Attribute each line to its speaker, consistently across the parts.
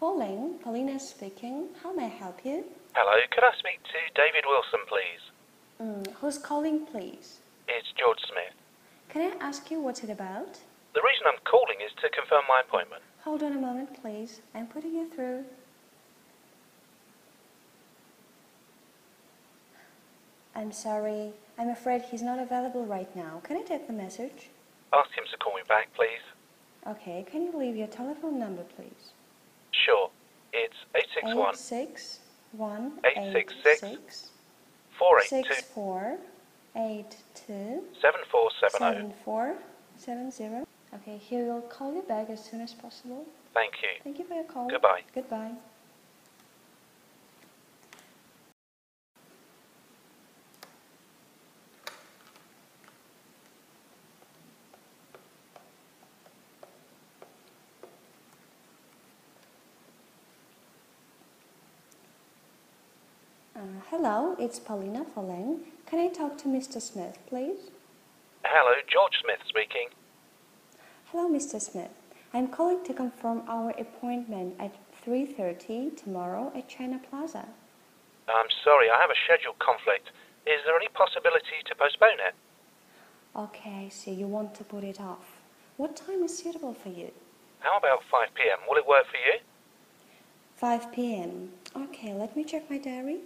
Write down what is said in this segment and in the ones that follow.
Speaker 1: calling. Paulina speaking. How may I help you?
Speaker 2: Hello, could I speak to David Wilson, please?
Speaker 1: Mm, who's calling, please?
Speaker 2: It's George Smith.
Speaker 1: Can I ask you what's it about?
Speaker 2: The reason I'm calling is to confirm my appointment.
Speaker 1: Hold on a moment, please. I'm putting you through. I'm sorry. I'm afraid he's not available right now. Can I take the message?
Speaker 2: Ask him to call me back, please.
Speaker 1: Okay. Can you leave your telephone number, please?
Speaker 2: Sure. It's 861
Speaker 1: Eight six one
Speaker 2: Eight
Speaker 1: eight
Speaker 2: six six
Speaker 1: six
Speaker 2: 482
Speaker 1: six four eight two
Speaker 2: 7470.
Speaker 1: seven four seven zero. Okay. He will call you back as soon as possible.
Speaker 2: Thank you.
Speaker 1: Thank you for your call.
Speaker 2: Goodbye.
Speaker 1: Goodbye. Uh, hello, it's Paulina Foleng. Can I talk to Mr. Smith, please?
Speaker 2: Hello, George Smith speaking.
Speaker 1: Hello, Mr. Smith. I'm calling to confirm our appointment at 3:30 tomorrow at China Plaza.
Speaker 2: I'm sorry, I have a schedule conflict. Is there any possibility to postpone it?
Speaker 1: Okay, so you want to put it off. What time is suitable for you?
Speaker 2: How about 5 pm? Will it work for you?
Speaker 1: 5 p.m. Okay, let me check my diary.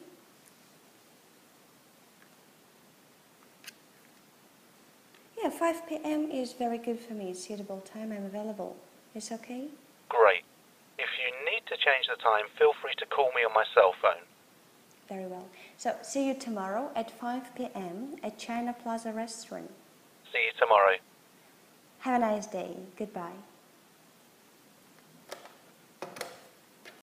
Speaker 1: Yeah, 5 p.m. is very good for me. It's suitable time. I'm available. It's okay?
Speaker 2: Great. If you need to change the time, feel free to call me on my cell phone.
Speaker 1: Very well. So, see you tomorrow at 5 p.m. at China Plaza Restaurant.
Speaker 2: See you tomorrow.
Speaker 1: Have a nice day. Goodbye.